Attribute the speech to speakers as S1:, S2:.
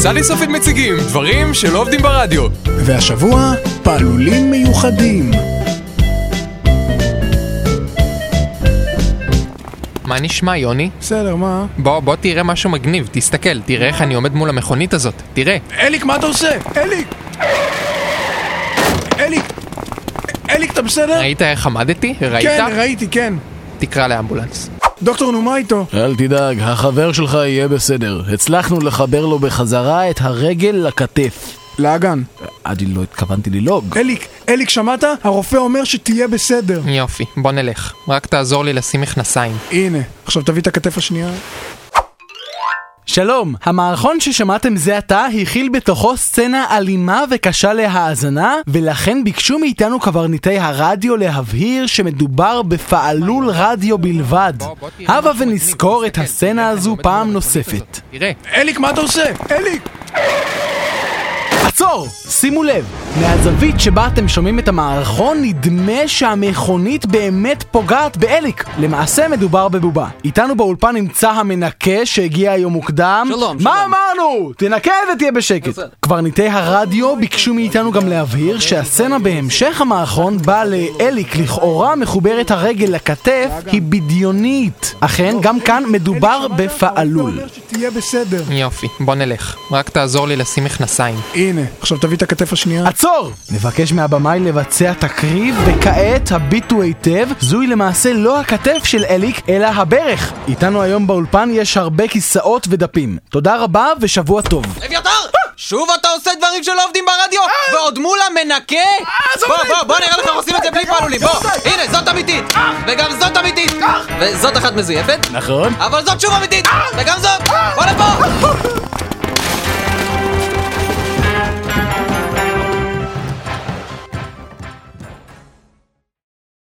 S1: סלי סופית מציגים דברים שלא עובדים ברדיו.
S2: והשבוע, פעלולים מיוחדים.
S1: מה נשמע, יוני?
S2: בסדר, מה?
S1: בוא, בוא תראה משהו מגניב, תסתכל, תראה איך אני עומד מול המכונית הזאת, תראה.
S2: אליק, מה אתה עושה? אליק! אליק! אליק, אתה בסדר?
S1: ראית איך עמדתי? ראית?
S2: כן, ראיתי, כן.
S1: תקרא לאמבולנס.
S2: דוקטור, נו, מה איתו?
S3: אל תדאג, החבר שלך יהיה בסדר. הצלחנו לחבר לו בחזרה את הרגל לכתף.
S2: לאגן.
S3: אני לא התכוונתי ללעוג.
S2: אליק, אליק, שמעת? הרופא אומר שתהיה בסדר.
S1: יופי, בוא נלך. רק תעזור לי לשים מכנסיים.
S2: הנה, עכשיו תביא את הכתף השנייה.
S3: שלום, המערכון ששמעתם זה עתה הכיל בתוכו סצנה אלימה וקשה להאזנה, ולכן ביקשו מאיתנו קברניטי הרדיו להבהיר שמדובר בפעלול רדיו בלבד.
S1: בוא, בוא תראה
S3: הבה
S1: משהו
S3: ונזכור
S1: מגניב,
S3: את
S1: תסתכל,
S3: הסצנה
S1: תראה איך
S3: הזו
S1: אני עומד
S3: פעם
S1: מול המכונית
S3: נוספת.
S1: הזאת. תראה.
S2: אליק, מה אתה עושה? אליק!
S3: עצור! שימו לב, מהזווית שבה אתם שומעים את המערכון נדמה שהמכונית באמת פוגעת באליק. למעשה מדובר בבובה. איתנו באולפן נמצא המנקה שהגיע היום מוקדם.
S4: שלום,
S3: מה
S4: שלום.
S3: אמרנו? תנקה ותהיה בשקט. קברניטי הרדיו ביקשו מאיתנו גם להבהיר שהסצנה בהמשך המערכון בה לאליק לכאורה מחוברת הרגל לכתף היא בדיונית. אכן, גם כאן מדובר
S2: אליק, שמעת?
S3: בפעלול.
S2: הרופא אומר שתהיה בסדר.
S1: יופי, בוא נלך. רק תעזור לי לשים מכנסיים.
S2: הנה, עכשיו תביא את הכתף השנייה.
S3: עצור! נבקש מהבמאי לבצע תקריב, וכעת הביטו היטב, זוהי למעשה לא הכתף של אליק, אלא הברך. איתנו היום באולפן יש הרבה כיסאות ודפים. תודה רבה ושבוע טוב.
S4: אביתר! שוב אתה עושה דברים שלא עובדים ברדיו? אה, ועוד מול המנקה?
S3: אה,
S4: בוא, בוא, בוא נראה לך איך עושים את זה בלי פעלולים, בוא! הנה, זאת אמיתית!
S3: אה.
S4: וגם זאת אמיתית! וזאת אחת מזויפת?
S3: נכון.
S4: אבל זאת שוב אמיתית! וגם זאת! בוא לפה!